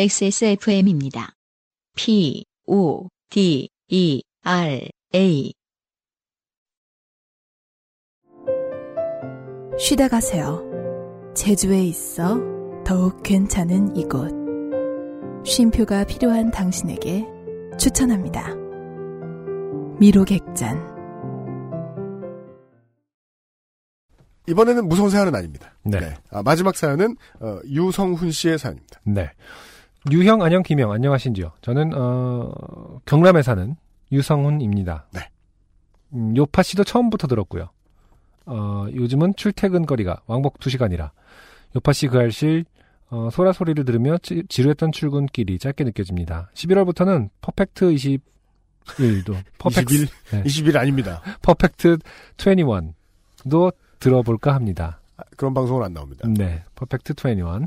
XSFM입니다. P, O, D, E, R, A. 쉬다 가세요. 제주에 있어 더욱 괜찮은 이곳. 쉼표가 필요한 당신에게 추천합니다. 미로객잔. 이번에는 무서운 사연은 아닙니다. 네. 아, 마지막 사연은 어, 유성훈 씨의 사연입니다. 네. 유형 안녕 김형 안녕하신지요? 저는 어, 경남에 사는 유성훈입니다. 네. 음, 요파 씨도 처음부터 들었고요. 어, 요즘은 출퇴근 거리가 왕복 2시간이라 요파 씨 그 알실 어, 소라 소리를 들으며 지, 루했던 출근길이 짧게 느껴집니다. 11월부터는 퍼펙트 21도 퍼펙트 21, 네. 21 아닙니다. 퍼펙트 21도 들어볼까 합니다. 아, 그런 방송은 안 나옵니다. 네, 퍼펙트 21.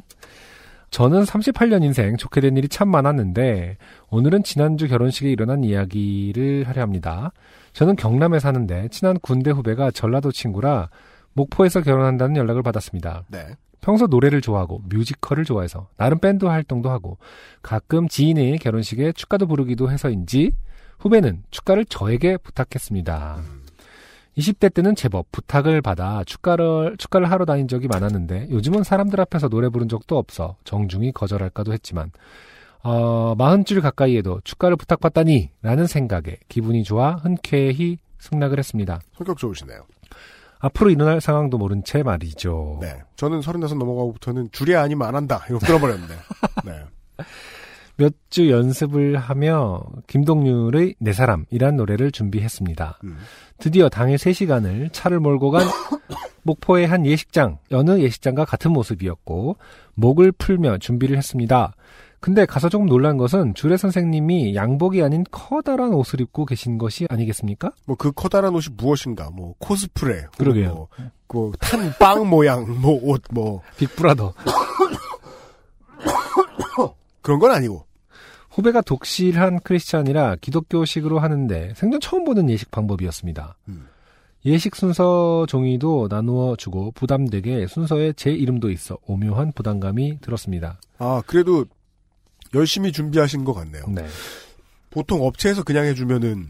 저는 38년 인생 좋게 된 일이 참 많았는데 오늘은 지난주 결혼식에 일어난 이야기를 하려 합니다. 저는 경남에 사는데 친한 군대 후배가 전라도 친구라 목포에서 결혼한다는 연락을 받았습니다. 네. 평소 노래를 좋아하고 뮤지컬을 좋아해서 나름 밴드 활동도 하고 가끔 지인의 결혼식에 축가도 부르기도 해서인지 후배는 축가를 저에게 부탁했습니다. 20대 때는 제법 부탁을 받아 축가를 축가를 하러 다닌 적이 많았는데 요즘은 사람들 앞에서 노래 부른 적도 없어 정중히 거절할까도 했지만 어, 마흔 줄 가까이에도 축가를 부탁받다니라는 생각에 기분이 좋아 흔쾌히 승낙을 했습니다. 성격 좋으시네요. 앞으로 일어날 상황도 모른 채 말이죠. 네. 저는 35 넘어가고부터는 줄이 아니면 안 한다. 이거 끌어버렸는데. 네. 몇 주 연습을 하며 김동률의 내 사람이란 노래를 준비했습니다. 음. 드디어 당일 3시간을 차를 몰고 간 목포의 한 예식장, 여느 예식장과 같은 모습이었고, 목을 풀며 준비를 했습니다. 근데 가서 조금 놀란 것은 주례 선생님이 양복이 아닌 커다란 옷을 입고 계신 것이 아니겠습니까? 뭐 그 커다란 옷이 무엇인가? 뭐 코스프레. 혹은 그러게요. 뭐, 그탄빵 모양 뭐 옷 뭐 빅브라더. 그런 건 아니고. 후배가 독실한 크리스찬이라 기독교식으로 하는데 생전 처음 보는 예식 방법이었습니다. 음. 예식 순서 종이도 나누어 주고 부담되게 순서에 제 이름도 있어 오묘한 부담감이 들었습니다. 아 그래도 열심히 준비하신 것 같네요. 네. 보통 업체에서 그냥 해주면은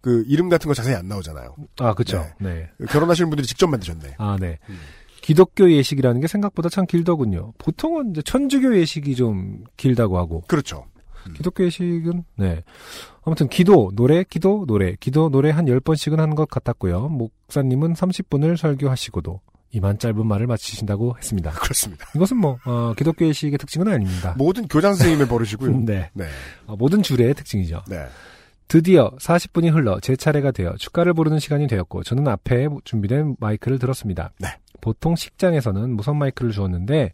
그 이름 같은 거 자세히 안 나오잖아요. 아, 그쵸. 네. 결혼하시는 분들이 직접 만드셨네. 아, 네. 음. 기독교 예식이라는 게 생각보다 참 길더군요. 보통은 이제 천주교 예식이 좀 길다고 하고 그렇죠. 기독교 예식은 네. 아무튼 기도, 노래, 기도, 노래, 기도, 노래 한 10번씩은 한 것 같았고요. 목사님은 30분을 설교하시고도 이만 짧은 말을 마치신다고 했습니다. 그렇습니다. 이것은 뭐 어, 기독교 예식의 특징은 아닙니다. 모든 교장 선생님의 버릇이고요. 네. 네. 어, 모든 주례의 특징이죠. 네. 드디어 40분이 흘러 제 차례가 되어 축가를 부르는 시간이 되었고 저는 앞에 준비된 마이크를 들었습니다. 네. 보통 식장에서는 무선 마이크를 주었는데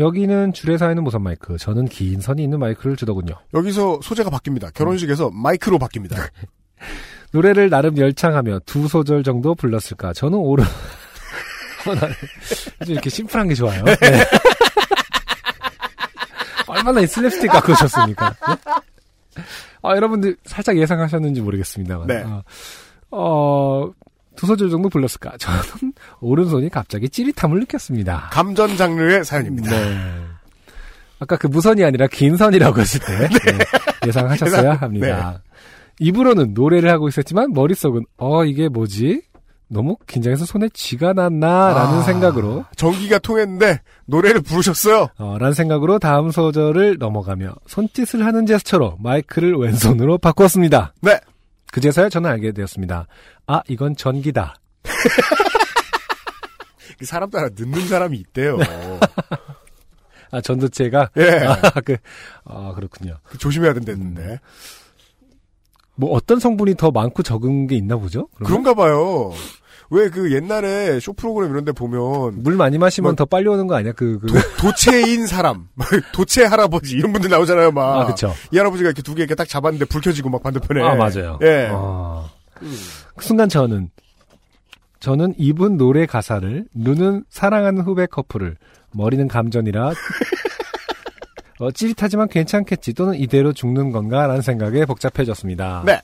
여기는 주례사에는 무선 마이크, 저는 긴 선이 있는 마이크를 주더군요. 여기서 소재가 바뀝니다. 결혼식에서 마이크로 바뀝니다. 노래를 나름 열창하며 두 소절 정도 불렀을까. 저는 오른 어, 나는 좀 이렇게 심플한 게 좋아요. 네. 얼마나 이 슬랩스틱 갖고 오셨습니까? 네? 아, 여러분들 살짝 예상하셨는지 모르겠습니다만. 네. 어, 어, 두 소절 정도 불렀을까. 저는 오른손이 갑자기 찌릿함을 느꼈습니다. 감전 장르의 사연입니다. 네. 아까 그 무선이 아니라 긴 선이라고 했을 때 네, 예상하셨어야 예상, 합니다. 입으로는 노래를 하고 있었지만 머릿속은 어 이게 뭐지? 너무 긴장해서 손에 쥐가 났나라는 아. 생각으로 전기가 통했는데 노래를 부르셨어요. 어, 라는 생각으로 다음 소절을 넘어가며 손짓을 하는 제스처로 마이크를 왼손으로 바꿨습니다. 네. 그제서야 저는 알게 되었습니다. 아 이건 전기다. 그 사람 따라 늦는 사람이 있대요. 네. 아 전도체가 예. 아, 그, 아 그렇군요. 그 조심해야 음, 된다는데. 뭐 어떤 성분이 더 많고 적은 게 있나 보죠? 그러면? 그런가 봐요. 왜 그 옛날에 쇼 프로그램 이런 데 보면 물 많이 마시면 뭐- 더 빨리 오는 거 아니야? 그, 그. 도, 체인 사람, 도체 할아버지 이런 분들 나오잖아요, 막. 아, 그쵸. 이 할아버지가 이렇게 두 개 이렇게 딱 잡았는데 불 켜지고 막 반대편에. 아, 맞아요. 예. 아. 그 순간 저는, 저는 이분 노래 가사를, 눈은 사랑하는 후배 커플을, 머리는 감전이라, 어, 찌릿하지만 괜찮겠지, 또는 이대로 죽는 건가? 라는 생각에 복잡해졌습니다. 네.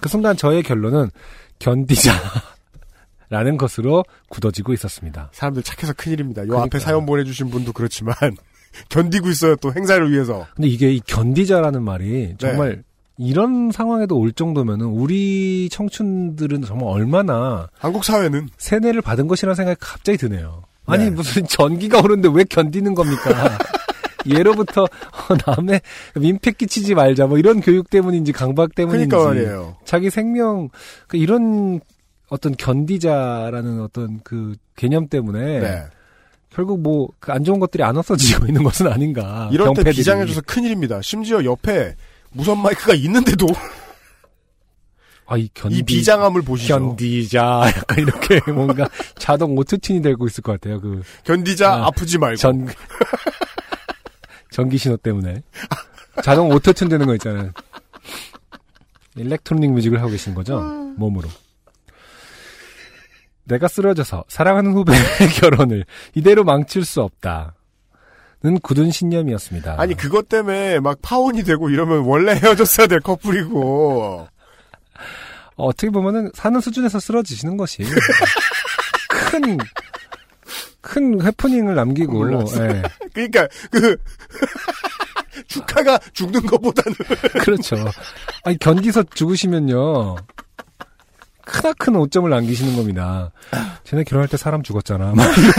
그 순간 저의 결론은, 견디자. 라는 것으로 굳어지고 있었습니다. 사람들 착해서 큰일입니다. 요 앞에 그러니까요. 사연 보내주신 분도 그렇지만 견디고 있어요. 또 행사를 위해서. 근데 이게 이 견디자라는 네. 말이 정말 이런 상황에도 올 정도면은 우리 청춘들은 정말 얼마나 한국 사회는 세뇌를 받은 것이라는 생각이 갑자기 드네요. 아니 네. 무슨 전기가 오는데 왜 견디는 겁니까? 예로부터 어, 남의 민폐 끼치지 말자 뭐 이런 교육 때문인지 강박 때문인지 그러니까 말이에요. 자기 생명 그 이런 어떤 견디자라는 어떤 그 개념 때문에 네. 결국 뭐 그 안 좋은 것들이 안 없어지고 있는 것은 아닌가. 이럴 때 병폐들이. 비장해줘서 큰일입니다. 심지어 옆에 무선 마이크가 있는데도 아, 이 견디 이 비장함을 보시죠. 견디자 약간 이렇게 뭔가 자동 오토튠이 되고 있을 것 같아요. 그 견디... 자 아, 아, 프지 말고. 전 전기 신호 때문에 자동 오토튠 되는 거 있잖아요. 일렉트로닉 뮤직을 하고 계신 거죠? 몸으로. 내가 쓰러져서 사랑하는 후배의 결혼을 이대로 망칠 수 없다. 는 굳은 신념이었습니다. 아니 그것 때문에 막 파혼이 되고 이러면 원래 헤어졌어야 될 커플이고 어, 어떻게 보면은 사는 수준에서 쓰러지시는 것이 큰, 큰 해프닝을 남기고, 예, 그러니까 그 축하가 죽는 것보다는 그렇죠. 아니, 견디서 죽으시면요. 크나큰 오점을 남기시는 겁니다. 쟤네 결혼할 때 사람 죽었잖아. 막 이러면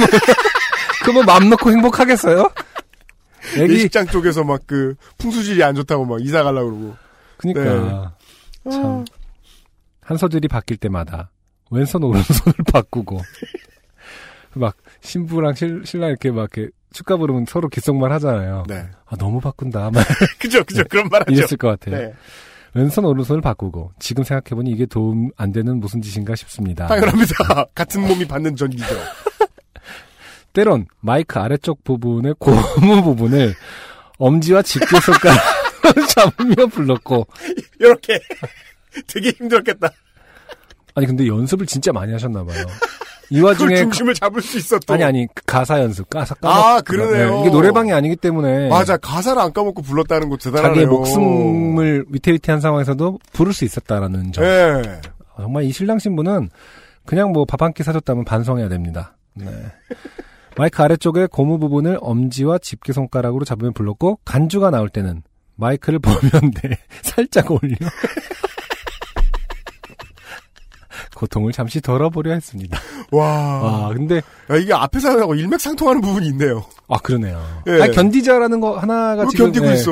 그러면 맘뭐 놓고 행복하겠어요? 애기, 예식장 쪽에서 막 그 풍수질이 안 좋다고 막 이사 가려고 그러고 그니까. 네. 참. 한서들이 바뀔 때마다 왼손 오른손을 바꾸고 막 신부랑 신, 신랑 이렇게 막 이렇게 축가 부르면 서로 귓속말 하잖아요. 네 아 너무 바꾼다. 막 그죠 그죠 그런 말 하죠 이랬을 것 같아요. 네 왼손 오른손을 바꾸고 지금 생각해보니 이게 도움 안 되는 무슨 짓인가 싶습니다. 당연합니다 같은 아. 몸이 받는 전기죠 때론 마이크 아래쪽 부분의 고무 부분을 엄지와 집게 손가락 잡으며 불렀고 이렇게 되게 힘들었겠다 아니 근데 연습을 진짜 많이 하셨나 봐요. 이 그걸 와중에 중심을 잡을 수 있었던 아니 아니 그 가사 연습 가사 까먹 아, 그러네요. 이게 노래방이 아니기 때문에 맞아 가사를 안 까먹고 불렀다는 거 대단하네요 자기의 목숨을 위태위태한 상황에서도 부를 수 있었다라는 점 예 아, 정말 이 신랑 신부는 그냥 뭐 밥 한 끼 사줬다면 반성해야 됩니다 네. 마이크 아래쪽에 고무 부분을 엄지와 집게 손가락으로 잡으면 불렀고 간주가 나올 때는 마이크를 보면대 네, 살짝 올려 고통을 잠시 덜어보려 했습니다. 와, 아 근데 야, 이게 앞에 사람하고 일맥상통하는 부분이 있네요. 아 그러네요. 예. 아니, 견디자라는 거 하나가 왜 지금 견디고 예. 있어?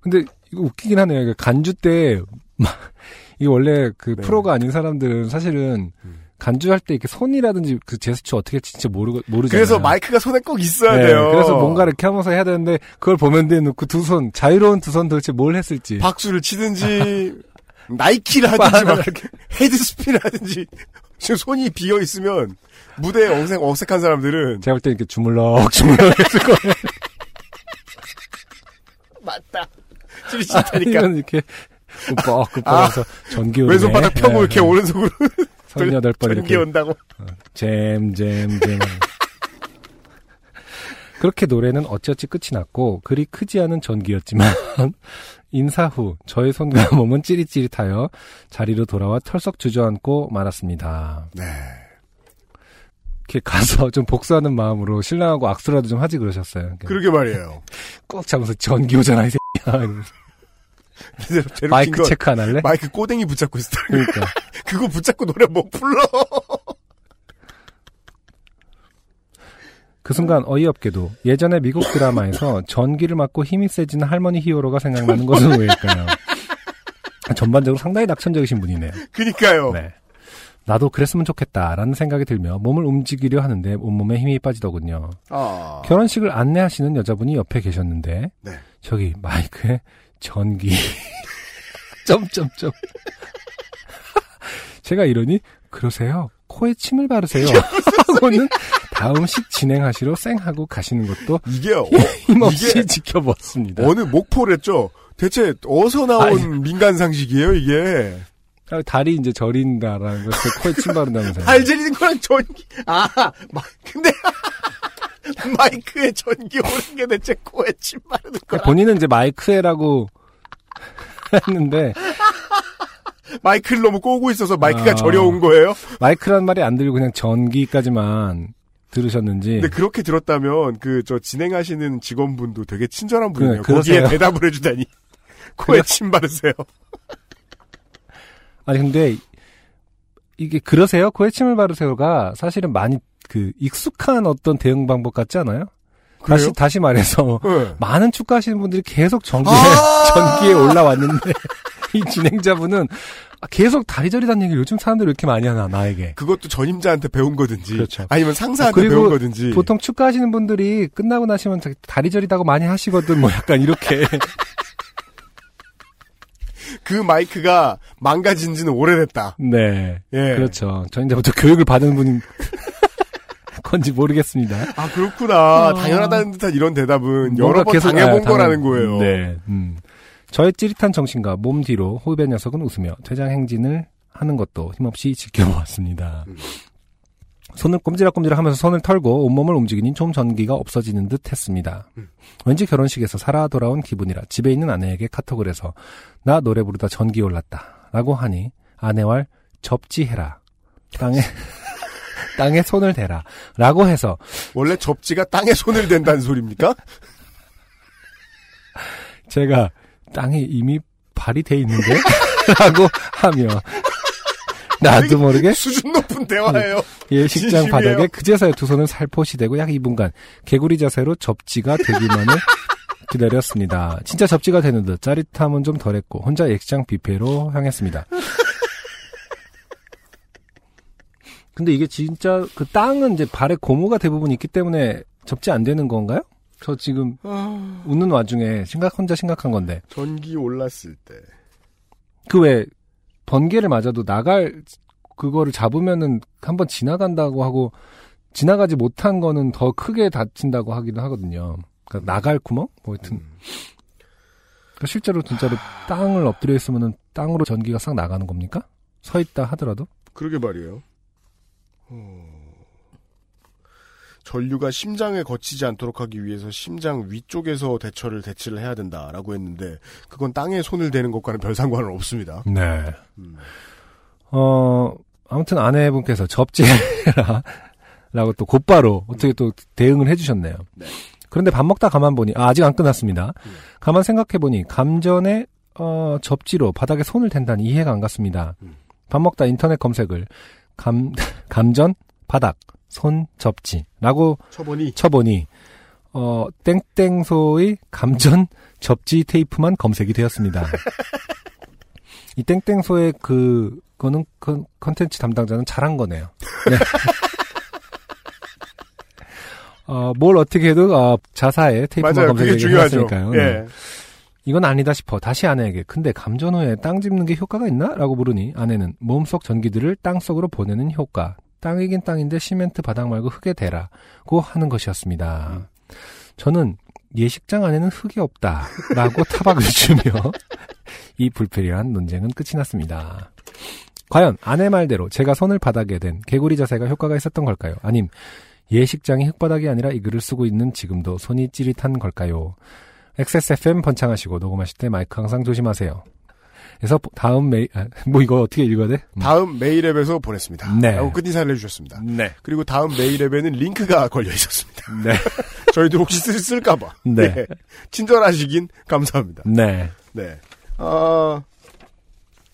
근데 이거 웃기긴 하네요. 이게 간주 때 막, 이게 원래 그 네. 프로가 아닌 사람들은 사실은 음. 간주할 때 이렇게 손이라든지 그 제스처 어떻게 할지 진짜 모르 모르잖아요. 그래서 마이크가 손에 꼭 있어야 네, 돼요. 그래서 뭔가 이렇게 하면서 해야 되는데 그걸 보면 돼 놓고 두 손 자유로운 두 손 도대체 뭘 했을지 박수를 치든지 나이키를 하든지 바나나 막 이렇게 헤드스핀 하든지 지금 손이 비어 있으면 무대에 어색 어색한 사람들은 제가 볼때 이렇게 주물럭 주물럭 했을 거예요. 맞다 찌릿찌릿하니까 아, 아니면 이렇게 굿벅 굿벅해서 전기 오르네. 왼손바닥 펴고 네, 이렇게 네. 오른손으로 38번 전기 이렇게 온다고 잼, 잼, 잼. 그렇게 노래는 어찌어찌 끝이 났고 그리 크지 않은 전기였지만 인사 후 저의 손과 몸은 찌릿찌릿하여 자리로 돌아와 털썩 주저앉고 말았습니다. 네 이렇게 가서 좀 복수하는 마음으로 신랑하고 악수라도 좀 하지 그러셨어요. 이렇게 그러게 말이에요 꼭 잡으면서 전기 오잖아 이 새끼야. 이러면서 근데 제일 웃긴 마이크 건 체크 안 할래? 마이크 꼬댕이 붙잡고 있었다 그러니까 그거 붙잡고 노래 못 불러 그 순간 어이없게도 예전에 미국 드라마에서 전기를 맞고 힘이 세진 할머니 히어로가 생각나는 것은 왜일까요? 전반적으로 상당히 낙천적이신 분이네요. 그니까요 네. 나도 그랬으면 좋겠다라는 생각이 들며 몸을 움직이려 하는데 온몸에 힘이 빠지더군요. 아 어. 결혼식을 안내하시는 여자분이 옆에 계셨는데 네. 저기 마이크에 전기 점점점 제가 이러니 그러세요 코에 침을 바르세요 하고는 다음식 진행하시러 쌩하고 가시는 것도 이게 어, 힘없이 이게- 지켜봤습니다. 어느 목포랬죠 대체 어디서 나온 민간 상식이에요 이게 아, 다리 이제 저린다라는 것을 코에 침 바른다면서요. 알제리는 거랑 전기 아 마, 근데 마이크에 전기 오는 게 대체 코에 침 바르는 거라 그러니까 본인은 이제 마이크에라고 했는데 마이크를 너무 꼬고 있어서 마이크가 아. 저려온 거예요 마이크란 말이 안 들리고 그냥 전기까지만 들으셨는지. 근데 그렇게 들었다면 그 저 진행하시는 직원분도 되게 친절한 분이에요. 그- 거기에 그러세요? 대답을 해주다니 코에 침 바르세요. 아니 근데 이게 그러세요? 코에침을 바르세요가 사실은 많이 그 익숙한 어떤 대응 방법 같지 않아요? 다시 그래요? 다시 말해서 네. 많은 축구하시는 분들이 계속 전기에 아! 전기에 올라왔는데 이 진행자분은 아, 계속 다리저리단 얘기를 요즘 사람들이 왜 이렇게 많이 하나 나에게. 그것도 전임자한테 배운 거든지 그렇죠. 아니면 상사한테 그리고 배운 거든지 보통 축구하시는 분들이 끝나고 나시면 되게 다리저리다고 많이 하시거든 뭐 약간 이렇게 그 마이크가 망가진 지는 오래됐다. 네 예. 그렇죠 저는 이제부터 교육을 받은 분인 건지 모르겠습니다 아 그렇구나. 당연하다는 듯한 이런 대답은 여러 어. 뭔가 번 계속- 당해본 아, 거라는 당연- 거예요. 네. 음. 저의 찌릿한 정신과 몸 뒤로 호흡의 녀석은 웃으며 퇴장 행진을 하는 것도 힘없이 지켜보았습니다. 손을 꼼지락꼼지락 하면서 손을 털고 온몸을 움직이니 좀 전기가 없어지는 듯 했습니다. 왠지 결혼식에서 살아 돌아온 기분이라 집에 있는 아내에게 카톡을 해서 나 노래 부르다 전기 올랐다 라고 하니 아내왈 접지해라. 땅에, 땅에 손을 대라. 라고 해서 원래 접지가 땅에 손을 댄다는 소리입니까? 제가 땅에 이미 발이 돼 있는데? 라고 하며 나도 모르게 수준 높은 대화예요. 예식장 진심이에요. 바닥에 그제서야 두 손을 살포시 대고 약 2분간 개구리 자세로 접지가 되기만을 기다렸습니다. 진짜 접지가 되는 듯 짜릿함은 좀 덜했고 혼자 예식장 뷔페로 향했습니다. 근데 이게 진짜 그 땅은 이제 발에 고무가 대부분 있기 때문에 접지 안 되는 건가요? 저 지금 웃는 와중에 심각 혼자 심각한 건데 전기 올랐을 때. 그 왜 번개를 맞아도 나갈 그거를 잡으면은 한번 지나간다고 하고 지나가지 못한 거는 더 크게 다친다고 하기도 하거든요. 그러니까 나갈 구멍? 뭐 하여튼 그러니까 실제로 진짜로 땅을 엎드려 있으면은 땅으로 전기가 싹 나가는 겁니까? 서 있다 하더라도? 그러게 말이에요. 어, 전류가 심장에 거치지 않도록 하기 위해서 심장 위쪽에서 대처를 대치를 해야 된다라고 했는데 그건 땅에 손을 대는 것과는 별 상관은 없습니다. 네. 음. 어 아무튼 아내분께서 접지라라고 또 곧바로 어떻게 또 대응을 해주셨네요. 네. 예. 그런데 밥 먹다 가만 보니 아, 아직 안 끝났습니다. 가만 생각해 보니 감전에 어, 접지로 바닥에 손을 댄다니 이해가 안 갔습니다. 음. 밥 먹다 인터넷 검색을 감 감전 바닥 손 접지라고 쳐보니 쳐보니 어 땡땡소의 감전 접지 테이프만 검색이 되었습니다. 이 땡땡소의 그 거는 컨- 컨텐츠 담당자는 잘한 거네요. 네. 어, 뭘 어떻게 해도 어, 자사의 테이프만 맞아요. 그게 검색이 중요하죠. 했으니까요. 네. 예. 이건 아니다 싶어 다시 아내에게 근데 감전 후에 땅 짚는 게 효과가 있나? 라고 물으니 아내는 몸속 전기들을 땅 속으로 보내는 효과 땅이긴 땅인데 시멘트 바닥 말고 흙에 대라 고 하는 것이었습니다 저는 예식장 안에는 흙이 없다 라고 타박을 주며 이 불필요한 논쟁은 끝이 났습니다 과연 아내 말대로 제가 손을 바닥에 댄 개구리 자세가 효과가 있었던 걸까요? 아님 예식장이 흙바닥이 아니라 이 글을 쓰고 있는 지금도 손이 찌릿한 걸까요? XSFM 번창하시고 녹음하실 때 마이크 항상 조심하세요. 그래서 다음 메일, 아, 뭐 이거 어떻게 읽어야 돼? 음. 다음 메일앱에서 보냈습니다. 네. 라고 끝 인사를 해주셨습니다. 네. 그리고 다음 메일앱에는 링크가 걸려 있었습니다. 네. 저희도 혹시 쓸, 쓸까봐. 네. 예. 친절하시긴 감사합니다. 네. 네. 아,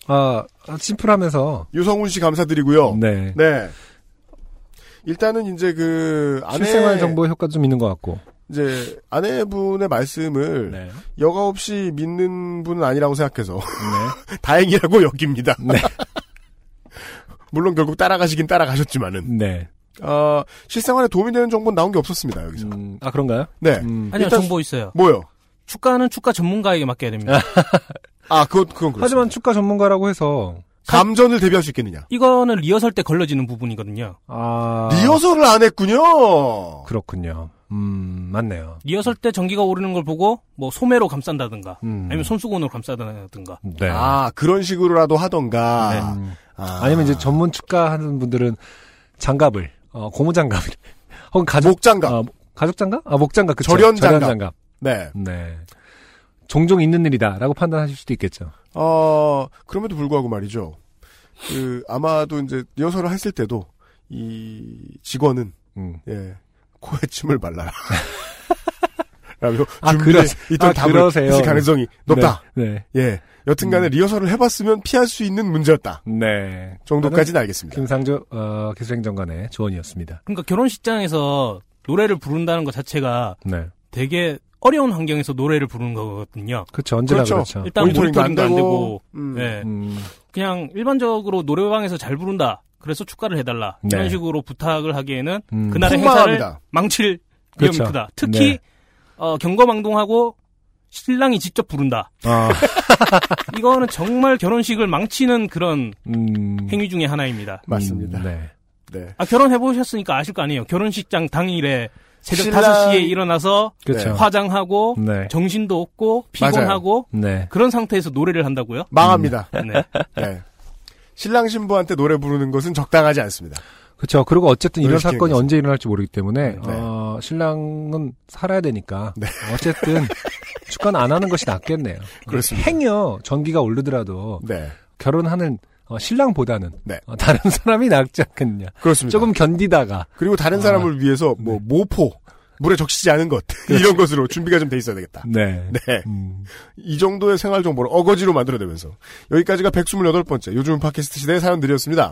아, 아, 심플하면서. 유성훈 씨 감사드리고요. 네. 네. 일단은 이제 그 아내 실생활 정보 효과 좀 있는 것 같고. 이제 아내분의 말씀을 네. 여과 없이 믿는 분은 아니라고 생각해서 다행이라고 여깁니다. 네. 물론 결국 따라가시긴 따라가셨지만은 네. 어, 실생활에 도움이 되는 정보는 나온 게 없었습니다 여기서. 음, 아, 그런가요? 네. 음. 아니요 일단- 정보 있어요. 뭐요? 축가는 축가 전문가에게 맡겨야 됩니다. 아 그건 그건 그렇습니다. 하지만 축가 전문가라고 해서. 감전을 대비할 수 있겠느냐? 이거는 리허설 때 걸러지는 부분이거든요. 아. 리허설을 안 했군요. 그렇군요. 음, 맞네요. 리허설 때 전기가 오르는 걸 보고 뭐 소매로 감싼다든가 음. 아니면 손수건으로 감싸다든가 네. 아 그런 식으로라도 하던가. 음. 아, 아니면 이제 전문 축가 하는 분들은 장갑을, 어, 고무 장갑을. 혹은 가죽 목장갑. 아, 가족 장갑? 아, 목장갑. 그쵸. 절연 장갑. 장갑. 네. 네. 종종 있는 일이다라고 판단하실 수도 있겠죠. 어, 그럼에도 불구하고 말이죠. 그, 아마도 이제 리허설을 했을 때도 이 직원은 음. 예. 코에 침을 발라라. 라며 아, 준비를 그러- 있던 아, 답을 그러세요. 있을 가능성이 높다. 네. 예. 여튼간에 리허설을 해봤으면 피할 수 있는 문제였다. 네. 네. 정도까지는 알겠습니다. 김상조 어, 기술행정관의 조언이었습니다. 그러니까 결혼식장에서 노래를 부른다는 것 자체가 네. 되게 어려운 환경에서 노래를 부르는 거거든요. 그렇죠. 언제나 그렇죠. 그렇죠. 일단 모니터링도 안 되고, 음. 예. 음, 그냥 일반적으로 노래방에서 잘 부른다. 그래서 축가를 해달라. 이런 네. 식으로 부탁을 하기에는 음. 그날의 폭망합니다. 행사를 망칠 위험이 그렇죠. 크다. 특히 네. 어, 경거망동하고 신랑이 직접 부른다. 아, 이거는 정말 결혼식을 망치는 그런 음, 행위 중에 하나입니다. 맞습니다. 음, 네. 네. 아, 결혼해보셨으니까 아실 거 아니에요. 결혼식장 당일에 새벽 신랑- 5시에 일어나서 그렇죠. 화장하고 네. 정신도 없고 피곤하고 네. 그런 상태에서 노래를 한다고요? 망합니다. 네. 네. 신랑 신부한테 노래 부르는 것은 적당하지 않습니다. 그렇죠. 그리고 어쨌든 이런 노래시키는 사건이 거죠. 언제 일어날지 모르기 때문에 네. 어, 신랑은 살아야 되니까 네. 어쨌든 축가는 안 하는 것이 낫겠네요. 그렇습니다. 행여 전기가 오르더라도 네. 결혼하는 어, 신랑보다는 네. 그러니까. 어, 다른 사람이 낫지 않겠냐. 그렇습니다. 조금 견디다가 그리고 다른 사람을 위해서 뭐 모포, 물에 적시지 않은 것 이런 것으로 준비가 좀 돼 있어야 되겠다. 네. 네. 음, 이 정도의 생활 정보를 어거지로 만들어내면서 여기까지가 128번째 요즘은 팟캐스트 시대의 사연들이었습니다.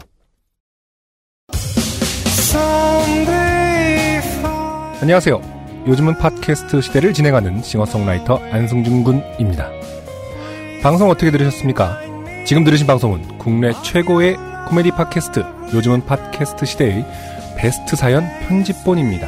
안녕하세요. 요즘은 팟캐스트 시대를 진행하는 싱어송라이터 안승준 군입니다. 방송 어떻게 들으셨습니까? 지금 들으신 방송은 국내 최고의 코미디 팟캐스트 요즘은 팟캐스트 시대의 베스트 사연 편집본입니다.